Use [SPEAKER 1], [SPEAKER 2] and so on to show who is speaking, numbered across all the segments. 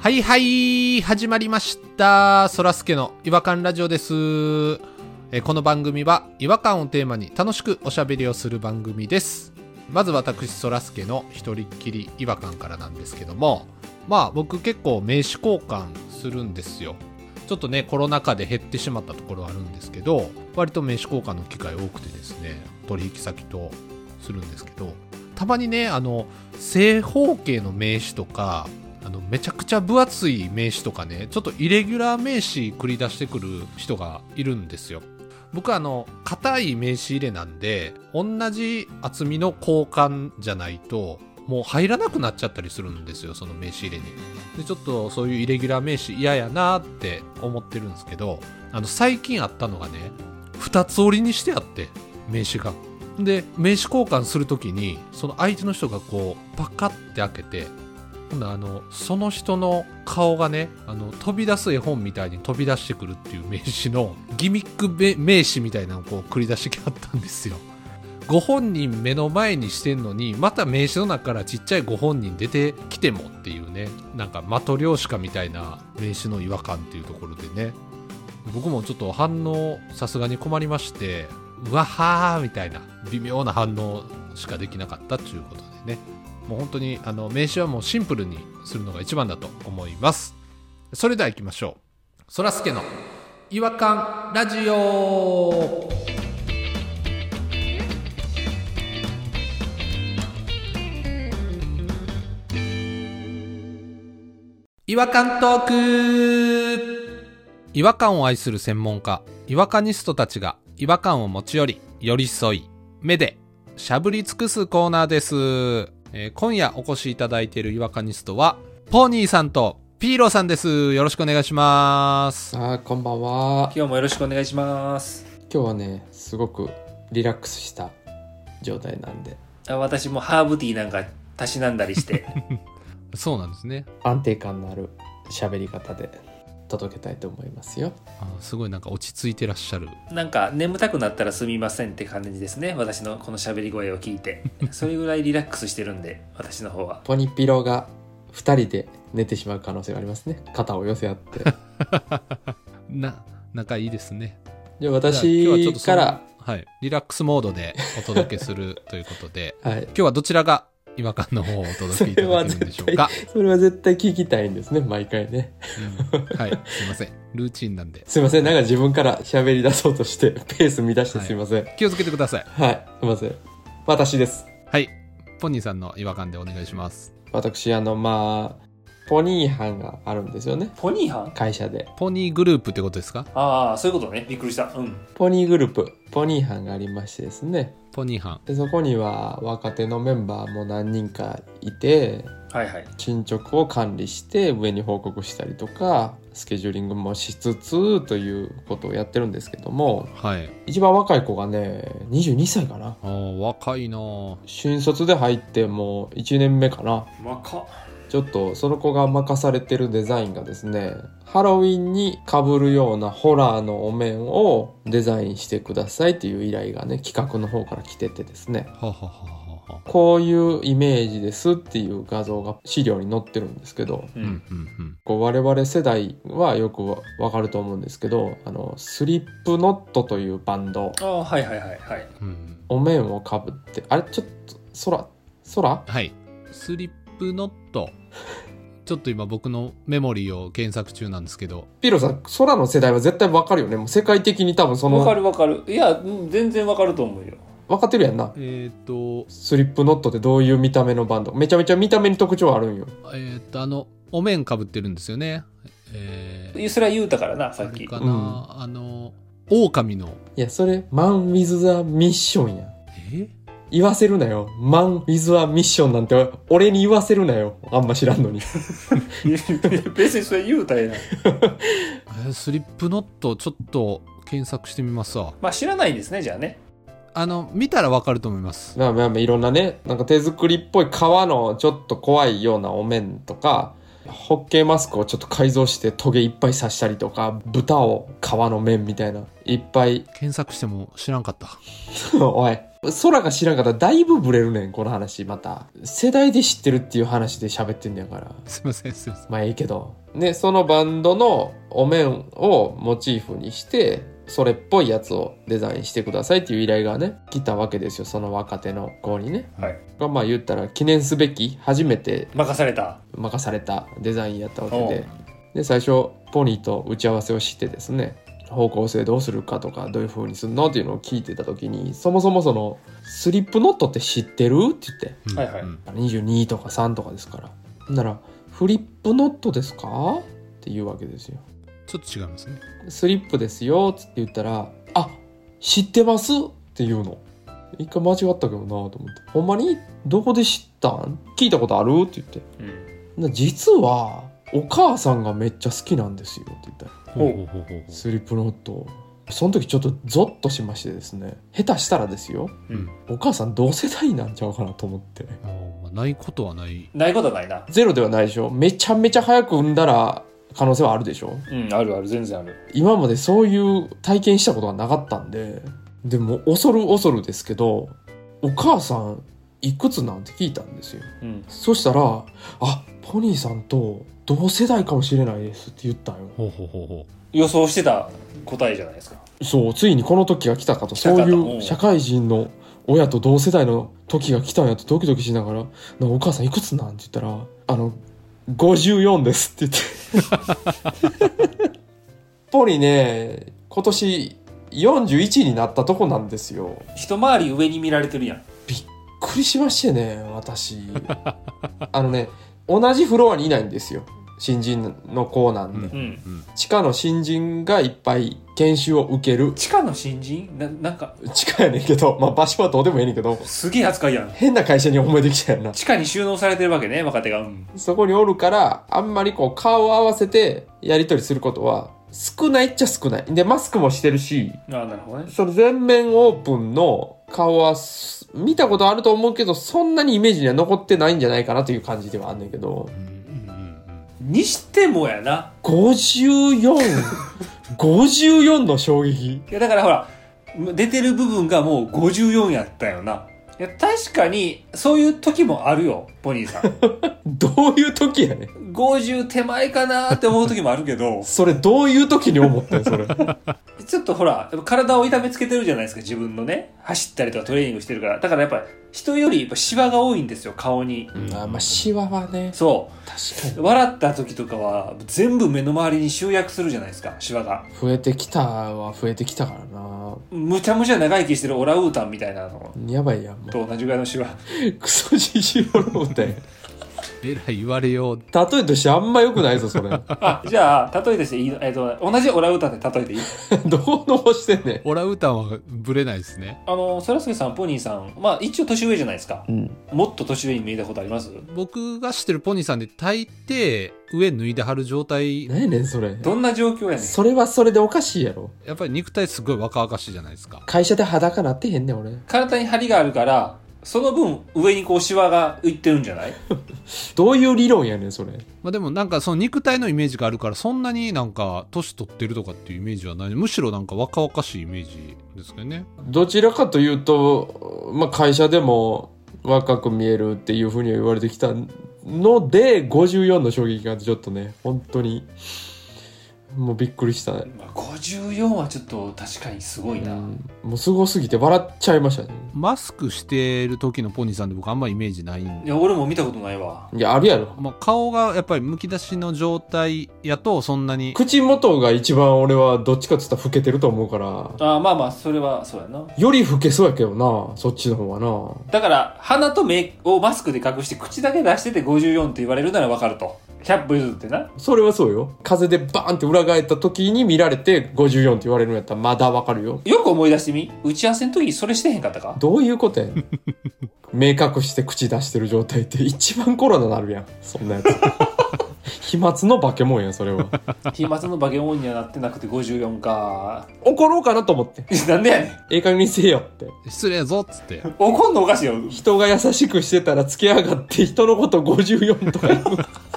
[SPEAKER 1] はいはい、始まりました。そらすけの違和感ラジオです。えーこの番組は違和感をテーマに楽しくおしゃべりをする番組です。まず私、そらすけの一人っきり違和感からなんですけども、まあ僕結構名刺交換するんですよ。ちょっとね、コロナ禍で減ってしまったところはあるんですけど、割と名刺交換の機会多くてですね、取引先とするんですけど、たまにね、あの、正方形の名刺とか、あの、めちゃくちゃ分厚い名刺とかね、ちょっとイレギュラー名刺繰り出してくる人がいるんですよ。僕はあの、硬い名刺入れなんで、同じ厚みの交換じゃないと、もう入らなくなっちゃったりするんですよ、その名刺入れに。でちょっとそういうイレギュラー名刺嫌やなって思ってるんですけどあの最近あったのがね2つ折りにしてあって名刺がで名刺交換する時にその相手の人がこうパカッて開けて今度あのその人の顔がねあの飛び出す絵本みたいに飛び出してくるっていう名刺のギミックべ名刺みたいなのをこう繰り出してきはったんですよご本人目の前にしてんのにまた名刺の中からちっちゃいご本人出てきてもっていうねなんかマトリョーシカみたいな名刺の違和感っていうところでね僕もちょっと反応さすがに困りましてうわはーみたいな微妙な反応しかできなかったっていうことでねもう本当にあの名刺はもうシンプルにするのが一番だと思いますそれでは行きましょうそらすけの違和感ラジオ違和感トーク違和感を愛する専門家違和感ニストたちが違和感を持ち寄り寄り添い目でしゃぶり尽くすコーナーです、えー今夜お越しいただいている違和感ニストはポーニーさんとピーローさんですよろしくお願いします
[SPEAKER 2] あーこんばんは
[SPEAKER 3] 今日もよろしくお願いします
[SPEAKER 2] 今日はねすごくリラックスした状態なんで
[SPEAKER 3] あ私もハーブティーなんかたしなんだりして
[SPEAKER 1] そうなんですね
[SPEAKER 2] 安定感のある喋り方で届けたいと思いますよ
[SPEAKER 1] あーすごいなんか落ち着いてらっしゃる
[SPEAKER 3] なんか眠たくなったらすみませんって感じですね私のこの喋り声を聞いてそれぐらいリラックスしてるんで私の方は
[SPEAKER 2] ポニピロが2人で寝てしまう可能性がありますね肩を寄せ合って
[SPEAKER 1] な仲いいですね
[SPEAKER 2] じゃあ
[SPEAKER 1] じゃあ今日はちょっ
[SPEAKER 2] 私
[SPEAKER 1] とそ
[SPEAKER 2] か
[SPEAKER 1] の
[SPEAKER 2] ら
[SPEAKER 1] はいリラックスモードでお届けするということで
[SPEAKER 2] はい
[SPEAKER 1] 今日はどちらが違和感の方をお届けいただけるんでしょう か。
[SPEAKER 2] それは絶対聞きたいんですね毎回ね
[SPEAKER 1] うんはい、すいません。ルーチンなんで。
[SPEAKER 2] すいませんなんか自分から喋り出そうとしてペース乱してすいませんはい、
[SPEAKER 1] 気をつけてください。
[SPEAKER 2] すいません私です
[SPEAKER 1] はい。ポニーさんの違和感でお願いします。
[SPEAKER 2] 私あのまあポニー班があるんですよね
[SPEAKER 3] ポニーハン
[SPEAKER 2] 会社で
[SPEAKER 1] ポニーグループってことですか
[SPEAKER 3] ああそういうことねびっくりしたうん
[SPEAKER 2] ポニーグループポニー班がありましてですね
[SPEAKER 1] ポニー班。
[SPEAKER 2] でそこには若手のメンバーも何人かいて
[SPEAKER 3] はいはい
[SPEAKER 2] 進捗を管理して上に報告したりとかスケジューリングもしつつということをやってるんですけども
[SPEAKER 1] はい。
[SPEAKER 2] 一番若い子がね22歳かな
[SPEAKER 1] あー若いなぁ
[SPEAKER 2] 新卒で入ってもう1年目かな
[SPEAKER 3] 若っ
[SPEAKER 2] ちょっとその子が任されてるデザインがですねハロウィンにかぶるようなホラーのお面をデザインしてくださいっていう依頼がね企画の方から来ててですね
[SPEAKER 1] ははははは。
[SPEAKER 2] こういうイメージですっていう画像が資料に載ってるんですけど
[SPEAKER 3] う、
[SPEAKER 1] うんんうんうん。
[SPEAKER 2] こう我々世代はよくわわかると思うんですけどあのスリップノットというバンド
[SPEAKER 3] ああはいはいはいはい
[SPEAKER 1] うん
[SPEAKER 2] お面をかぶってあれちょっと空空
[SPEAKER 1] はい。スリップノッ ト。ちょっと今僕のメモリーを検索中なんですけど、
[SPEAKER 2] ピーロさん空の世代は絶対わかるよねもう世界的に多分その
[SPEAKER 3] わかるわかるいやうん全然わかると思うよ
[SPEAKER 2] 分かってるやんな
[SPEAKER 1] えっ、と、
[SPEAKER 2] スリップノットってどういう見た目のバンドめちゃめちゃ見た目に特徴あるんよ。
[SPEAKER 1] えっ、と、あの、お面かぶってるんですよね。えー、
[SPEAKER 3] それは言うたからなさっ
[SPEAKER 1] あれ
[SPEAKER 3] き
[SPEAKER 1] かな、あの、狼の。
[SPEAKER 2] いや、それ、マン・ウィズ・ザ・ミッションや。
[SPEAKER 1] え
[SPEAKER 2] 言わせるなよ。マン・ウィズ・ザ・ミッションなんて、俺に言わせるなよ。あんま知らんのに。
[SPEAKER 3] いや 別にそれ言うたらええな
[SPEAKER 1] えースリップノットちょっと検索してみますわ
[SPEAKER 3] まあ知らないんですねじゃあね
[SPEAKER 1] あの見たらわかると思います
[SPEAKER 2] まあまあまあ、いろんなね、なんか手作りっぽい革のちょっと怖いようなお面とか、ホッケーマスクをちょっと改造してトゲいっぱい刺したりとか、豚を革の面みたいな、いっぱい、
[SPEAKER 1] 検索しても知らんかった
[SPEAKER 2] おい、空が知らんかったらだいぶブレるねん、この話、また。世代で知ってるっていう話で喋ってんねやから。
[SPEAKER 1] すいませんすいません
[SPEAKER 2] まあいいけど。ね、そのバンドのお面をモチーフにして、それっぽいやつをデザインしてくださいっていう依頼がね、来たわけですよ、その若手の子にね。
[SPEAKER 3] はい。
[SPEAKER 2] がまあ言ったら記念すべき、初めて
[SPEAKER 3] 任された。
[SPEAKER 2] 任されたデザインやったわけ
[SPEAKER 3] おう
[SPEAKER 2] でで最初ポニーと打ち合わせをしてですね方向性どうするかとかどういう風にするのっていうのを聞いてた時にそもそもそのスリップノットって知ってるって言って
[SPEAKER 1] うん
[SPEAKER 3] はいはい
[SPEAKER 1] うん
[SPEAKER 2] 22とか3とかですからほんならフリップノットですかって言うわけですよ
[SPEAKER 1] ちょっと違いますね
[SPEAKER 2] スリップですよっつって言ったらあ知ってますって言うの一回間違ったけどなと思ってほんまにどこで知ったん聞いたことあるって言って
[SPEAKER 3] うん。
[SPEAKER 2] な実はお母さんがめっちゃ好きなんですよって言ったら
[SPEAKER 1] ほうほうほうほう
[SPEAKER 2] スリップノットその時ちょっとゾッとしましてですね下手したらですよ
[SPEAKER 1] うん
[SPEAKER 2] お母さん同世代なんちゃうかなと思って
[SPEAKER 1] あーまあないことはない
[SPEAKER 3] ないことはないな。
[SPEAKER 2] ゼロではないでしょめちゃめちゃ早く産んだら可能性はあるでしょ
[SPEAKER 3] うん、あるある、全然ある。
[SPEAKER 2] 今までそういう体験したことがなかったんででも恐る恐るですけどお母さんいくつなんて聞いたんですよ
[SPEAKER 3] うん。
[SPEAKER 2] そしたら「あポニーさんと同世代かもしれないです」って言ったんよ
[SPEAKER 1] ほうほうほうほ
[SPEAKER 3] 予想してた答えじゃないですか。
[SPEAKER 2] そうついにこの時が来たかと
[SPEAKER 3] 来た
[SPEAKER 2] そう
[SPEAKER 3] かと
[SPEAKER 2] いううん社会人の親と同世代の時が来たんやとドキドキしながら「なお母さんいくつなん?」って言ったら「あの54です」って言ってポリね今年41になったとこなんですよ
[SPEAKER 3] 一回り上に見られてるやん。
[SPEAKER 2] びっくりしましてね私あのね同じフロアにいないんですよ新人の子なんで、
[SPEAKER 1] うん
[SPEAKER 3] うん。
[SPEAKER 1] う、うん、
[SPEAKER 2] 地下の新人がいっぱい研修を受ける
[SPEAKER 3] 地下の新人な、なんか、
[SPEAKER 2] 地下やねんけど、まあ場所はどうでもいいねんけど、
[SPEAKER 3] すげえ扱いやん。
[SPEAKER 2] 変な会社に思いできたやんな。
[SPEAKER 3] 地下に収納されてるわけね、若手が。うん。
[SPEAKER 2] そこにおるから、あんまりこう顔を合わせてやり取りすることは少ないっちゃ少ない。で、マスクもしてるし、
[SPEAKER 3] ああ、なるほどね。
[SPEAKER 2] その全面オープンの顔はす見たことあると思うけど、そんなにイメージには残ってないんじゃないかなという感じではあんねんけど、
[SPEAKER 1] うんうん
[SPEAKER 3] にしてもやな。
[SPEAKER 2] 54、54の衝撃。
[SPEAKER 3] いや、だからほら、出てる部分がもう54やったよな。いや、確かに、そういう時もあるよ、ポニーさ ん。
[SPEAKER 2] どういう時やねん。
[SPEAKER 3] 50手前かなーって思う時もあるけど、
[SPEAKER 2] それどういう時に思ったんそれ。
[SPEAKER 3] ちょっとほら、やっぱ体を痛めつけてるじゃないですか、自分のね。走ったりとかトレーニングしてるから。だからやっぱ、人よりやっぱシワが多いんですよ、顔に。
[SPEAKER 1] うん
[SPEAKER 2] あまあ、シワはね、
[SPEAKER 3] そ
[SPEAKER 2] 確かに。
[SPEAKER 3] う。笑った時とかは、全部目の周りに集約するじゃないですか、シワが。
[SPEAKER 2] 増えてきたは増えてきたからな
[SPEAKER 3] むちゃむちゃ長生きしてるオランウータンみたいなの
[SPEAKER 2] やばいやんもう
[SPEAKER 3] と同じぐらいのシ ワ。
[SPEAKER 2] クソじじいおろうて
[SPEAKER 1] えらい言われよう
[SPEAKER 2] 例えとしてあんま良くないぞそれ どう
[SPEAKER 3] あ、じゃあ、例えとしていいのえっと、同じオランウータンで例えていい
[SPEAKER 2] 残してんね
[SPEAKER 1] オランウータンはブレないですね
[SPEAKER 3] あの、そらすけさん、ポニーさん、まあ一応年上じゃないですか
[SPEAKER 2] ん、。うん、
[SPEAKER 3] もっと年上に見えたことあります
[SPEAKER 1] 僕が知ってるポニーさんで大抵上脱いではる状態
[SPEAKER 2] 何やねんそれ
[SPEAKER 3] どんな状況やねん。
[SPEAKER 2] それはそれでおかしいやろ
[SPEAKER 1] やっぱり肉体すごい若々しいじゃないですか
[SPEAKER 2] 会社で裸なってへんねん俺
[SPEAKER 3] 体に張りがあるから、その分上にこうシワが浮いってるんじゃない
[SPEAKER 2] どういう理論やねんそれ
[SPEAKER 1] まあ、でもなんかその肉体のイメージがあるからそんなになんか年取ってるとかっていうイメージはないむしろなんか若々しいイメージですけどね
[SPEAKER 2] どちらかというと、まあ、会社でも若く見えるっていうふうには言われてきたので54の衝撃がちょっとね本当にもうびっくりした
[SPEAKER 3] まあ54はちょっと確かにすごいな。
[SPEAKER 2] うんもうすごすぎて笑っちゃいましたね
[SPEAKER 1] マスクしてる時のポニーさんで僕あんまイメージないん
[SPEAKER 3] い
[SPEAKER 1] で、
[SPEAKER 3] や、俺も見たことないわ。
[SPEAKER 2] いやあるやろ
[SPEAKER 1] まあ、顔がやっぱりむき出しの状態やとそんなに
[SPEAKER 2] 口元が一番俺はどっちかっつったら老けてると思うから
[SPEAKER 3] あまあまあ、それはそうやな。
[SPEAKER 2] より老けそうやけどなそっちの方は
[SPEAKER 3] だから、鼻と目をマスクで隠して、口だけ出してて54って言われるならわかると。100歩譲ってな。
[SPEAKER 2] なそれはそうよ風でバーンって裏返った時に見られて54って言われるんやったらまだわかるよ
[SPEAKER 3] よく思い出してみ打ち合わせの時にそれしてへんかっ たか
[SPEAKER 2] どういうことやねん目隠して口出してる状態って一番コロナなるやんそんなやつ飛沫の化け物やそれは
[SPEAKER 3] 飛沫の化け物にはなってなくて54か
[SPEAKER 2] 怒ろうかなと思って
[SPEAKER 3] なんでやねん
[SPEAKER 2] ええ加減にせよって
[SPEAKER 1] 失礼やぞっつって
[SPEAKER 3] 怒んのおかしいよ
[SPEAKER 2] 人が優しくしてたらつけやがって人のこと54とか言う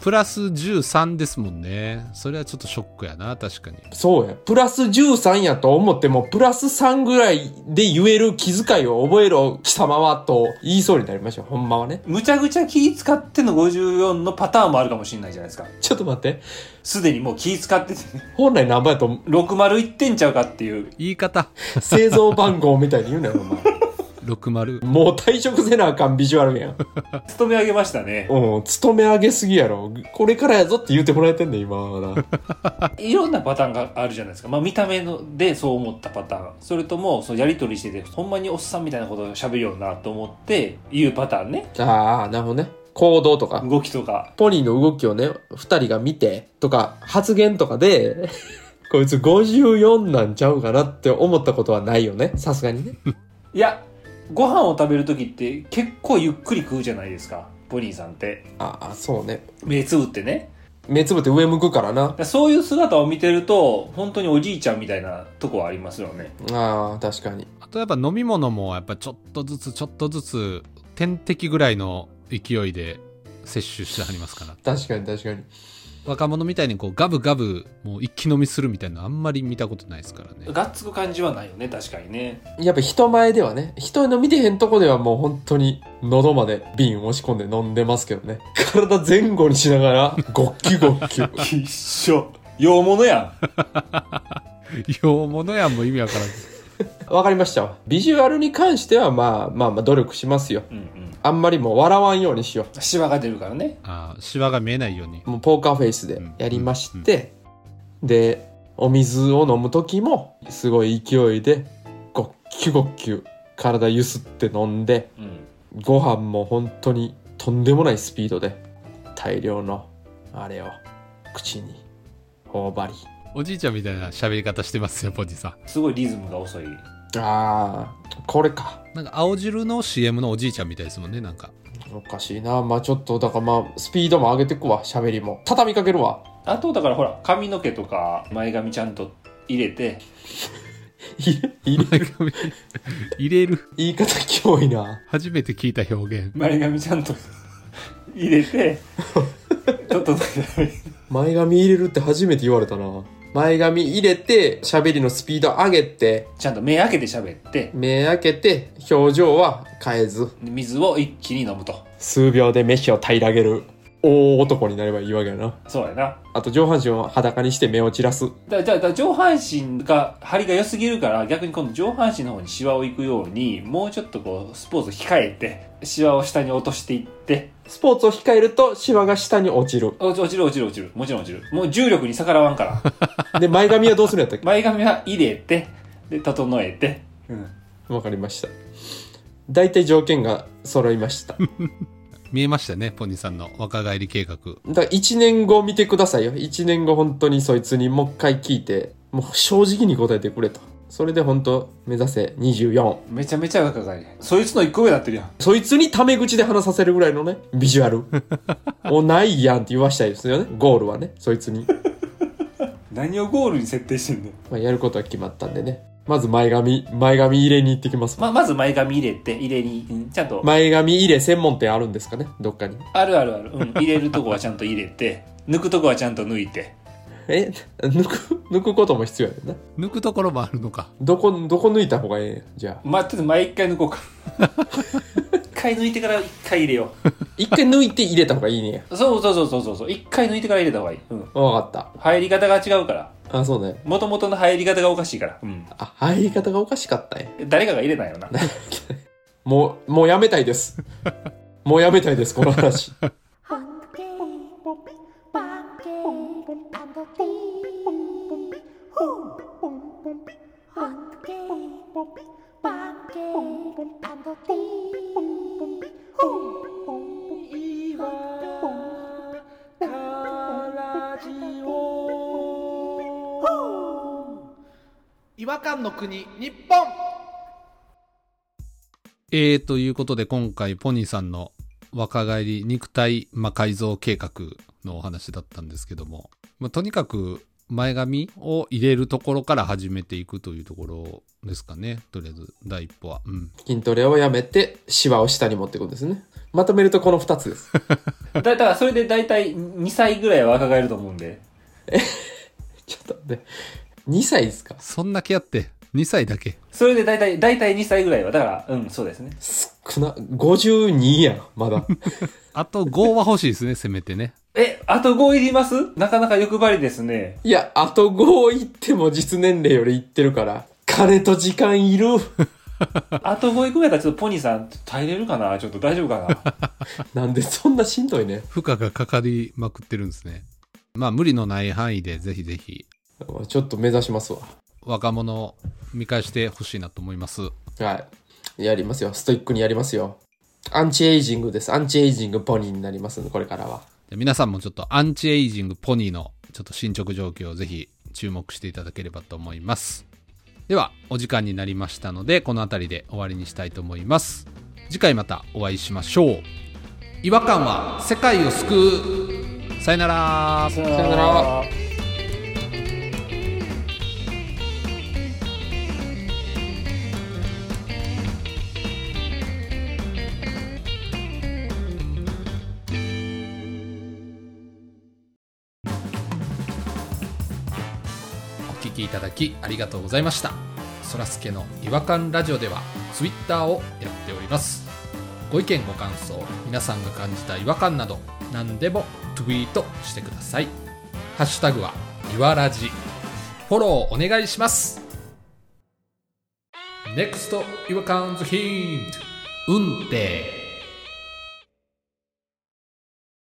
[SPEAKER 1] プラス13ですもんねそれはちょっとショックやな確かに
[SPEAKER 2] そうやプラス13やと思ってもプラス3ぐらいで言える気遣いを覚えろ貴様はと言いそうになりましたほんまはね
[SPEAKER 3] むちゃくちゃ気使っての54のパターンもあるかもしれないじゃないですか
[SPEAKER 2] ちょっと待って
[SPEAKER 3] すでにもう気使ってて
[SPEAKER 2] 本来何番やと思う
[SPEAKER 3] 60いってんちゃうかっていう
[SPEAKER 1] 言い方
[SPEAKER 2] 製造番号みたいに言うなよお前
[SPEAKER 1] 60
[SPEAKER 2] もう退職せなあかんビジュアルやん
[SPEAKER 3] 勤め上げましたね
[SPEAKER 2] うん勤め上げすぎやろこれからやぞって言うてもらえてんねん今はまだ
[SPEAKER 3] いろんなパターンがあるじゃないですか、まあ、見た目のでそう思ったパターンそれともそのやり取りしててほんまにおっさんみたいなことを喋るようなと思って言うパターンね
[SPEAKER 2] ああなるほどね行動とか
[SPEAKER 3] 動きとか
[SPEAKER 2] ポニーの動きをね2人が見てとか発言とかでこいつ54なんちゃうかなって思ったことはないよねさすがにね
[SPEAKER 3] いやご飯を食べる時って結構ゆっくり食うじゃないですかポニーさんって
[SPEAKER 2] ああそうね
[SPEAKER 3] 目つぶってね
[SPEAKER 2] 目つぶって上向くからな
[SPEAKER 3] だからそういう姿を見てると本当におじいちゃんみたいなとこはありますよね
[SPEAKER 2] ああ確かに
[SPEAKER 1] あとやっぱ飲み物もやっぱちょっとずつちょっとずつ点滴ぐらいの勢いで摂取してはりますから
[SPEAKER 2] 確かに確かに
[SPEAKER 1] 若者みたいにこうガブガブもう一気飲みするみたいなのあんまり見たことないですから ね
[SPEAKER 3] がっつく感じはないよね確かにね
[SPEAKER 2] やっぱ人前ではね人の見てへんとこではもう本当に喉まで瓶押し込んで飲んでますけどね体前後にしながらゴッキゴッキ
[SPEAKER 3] 一緒洋物やん
[SPEAKER 1] 洋物やんも意味わからん
[SPEAKER 2] わかりましたわビジュアルに関してはまあまあまあ努力しますよ
[SPEAKER 3] うんうん
[SPEAKER 2] あんまりもう笑わんようにしよ
[SPEAKER 3] シワが出るからね
[SPEAKER 1] あーシワが見えないように
[SPEAKER 2] うもうポーカーフェイスでやりまして、でお水を飲む時もすごい勢いでゴッキゴッキ体ゆすって飲んで
[SPEAKER 3] うん
[SPEAKER 2] ご飯も本当にとんでもないスピードで大量のあれを口に頬張り
[SPEAKER 1] おじいちゃんみたいな喋り方してますよポジさん
[SPEAKER 3] すごいリズムが遅い
[SPEAKER 2] あーこれか
[SPEAKER 1] なんか青汁の CM のおじいちゃんみたいですもんねなんか
[SPEAKER 2] おかしいなまあちょっとだからまあスピードも上げてくわ喋りも畳みかけるわ
[SPEAKER 3] あとだからほら髪の毛とか前髪ちゃんと入れて
[SPEAKER 2] いい
[SPEAKER 1] 前髪 入れる
[SPEAKER 2] 言い方きょいな
[SPEAKER 1] 初めて聞いた表現
[SPEAKER 3] 前髪ちゃんと入れてちょっと
[SPEAKER 2] 前髪入れるって初めて言われたな前髪入れて喋りのスピード上げて
[SPEAKER 3] ちゃんと目開けて喋って
[SPEAKER 2] 目開けて表情は変えず
[SPEAKER 3] 水を一気に飲むと
[SPEAKER 2] 数秒で飯を平らげる大男になればいいわけやな
[SPEAKER 3] そうやな
[SPEAKER 2] あと上半身を裸にして目を散らす。
[SPEAKER 3] だだだ上半身が張りが良すぎるから逆に今度上半身の方にシワをいくようにもうちょっとこうスポーツを控えてシワを下に落としていって
[SPEAKER 2] スポーツを控えるとシワが下に落ちる。
[SPEAKER 3] 落ち落ちる落ちる落ちるもちろん落ちるもう重力に逆らわんから
[SPEAKER 2] で、前髪はどうするんやったっ
[SPEAKER 3] 前髪は入れてで整えて、うん、
[SPEAKER 2] けわかりました。大体条件が揃いました。だか
[SPEAKER 1] 見えましたねポニーさんの若返り計画
[SPEAKER 2] ら1年後見てくださいよ。1年後本当にそいつにもう一回聞いて、もう正直に答えてくれと。それで本当目指せ24。
[SPEAKER 3] めちゃめちゃ若返りそいつの一個上になってるやん
[SPEAKER 2] そいつにタメ口で話させるぐらいのね、ビジュアル。もうないやんって言わしたいですよね。ゴールはね、そいつに。
[SPEAKER 3] 何をゴールに設定してんの
[SPEAKER 2] まあ、やることは決まったんでね。まず前髪、前髪入れに行ってきます。
[SPEAKER 3] ままず前髪入れて入れにうんちゃんと、
[SPEAKER 2] 前髪入れ専門店あるんですかねどっかに。
[SPEAKER 3] あるあるある、うん、入れるとこはちゃんと入れ て抜くとこはちゃんと抜いて
[SPEAKER 2] え 抜く、抜くことも必要やねんな。
[SPEAKER 1] 抜くところもあるのか
[SPEAKER 2] どこ、どこ抜いた方がええんやじゃあ。
[SPEAKER 3] まあ、ちょっと毎回抜こうか 一回抜いてから一回入れよ
[SPEAKER 2] 一回抜いて入れた方がいいねんや。
[SPEAKER 3] うそうそうそうそうそうそう一回抜いてから入れた方がいい、うん、
[SPEAKER 2] わかっ
[SPEAKER 3] 入り方が違うから
[SPEAKER 2] た。あ、そうね。
[SPEAKER 3] もともとの入り方がおかしいから、うん、
[SPEAKER 2] あ、入り方がおかしかったね。
[SPEAKER 3] 誰かが入れないよな
[SPEAKER 2] もう、もうやめたいです。もうやめたいです、この話。
[SPEAKER 4] Hunky,
[SPEAKER 1] 違和感の国日本えー、ということで今回ポニーさんの若返り肉体まあ改造計画のお話だったんですけども、まあ、とにかく前髪を入れるところから始めていくというところですかねとりあえず第一歩はうん
[SPEAKER 2] 筋トレをやめて、シワを下に持っていくんですね。まとめるとこの2つです。
[SPEAKER 3] だだからそれで大体2歳ぐらいは若返ると思うんで。
[SPEAKER 2] ちょっと待って。2歳ですか
[SPEAKER 1] そんだけやって2歳だけ
[SPEAKER 3] それで大体、大体2歳ぐらいは、だから、うん、そうですね。
[SPEAKER 2] 少な、52やん、まだ。
[SPEAKER 1] あと5は欲しいですねせめてね
[SPEAKER 3] え、あと5いりますなかなか欲張りですね。
[SPEAKER 2] いや、あと5行っても実年齢より行ってるから、金と時間いる。
[SPEAKER 3] あと5いくぐらいだったらちょっとポニーさん耐えれるかなちょっと大丈夫かな
[SPEAKER 2] なんでそんなしんどいね。
[SPEAKER 1] 負荷がかかりまくってるんですねまあ無理のない範囲でぜひぜひ
[SPEAKER 2] ちょっと目指しますわ。
[SPEAKER 1] 若者を見返してほしいなと思います
[SPEAKER 2] はい。やりますよ。ストイックにやりますよ。アンチエイジングです。アンチエイジングポニーになりますんで、これからは。
[SPEAKER 1] で皆さんもちょっとアンチエイジングポニーのちょっと進捗状況をぜひ注目していただければと思います。では、お時間になりましたので、この辺りで終わりにしたいと思います。次回またお会いしましょう。違和感は世界を救う。さよなら。
[SPEAKER 3] さ
[SPEAKER 2] よなら。
[SPEAKER 1] お聞きいただきありがとうございましたそらすけの違和感ラジオではツイッターをやっておりますご意見ご感想皆さんが感じた違和感など何でもツイートしてくださいハッシュタグはいわらじフォローお願いします NEXT 違和感ズヒント運転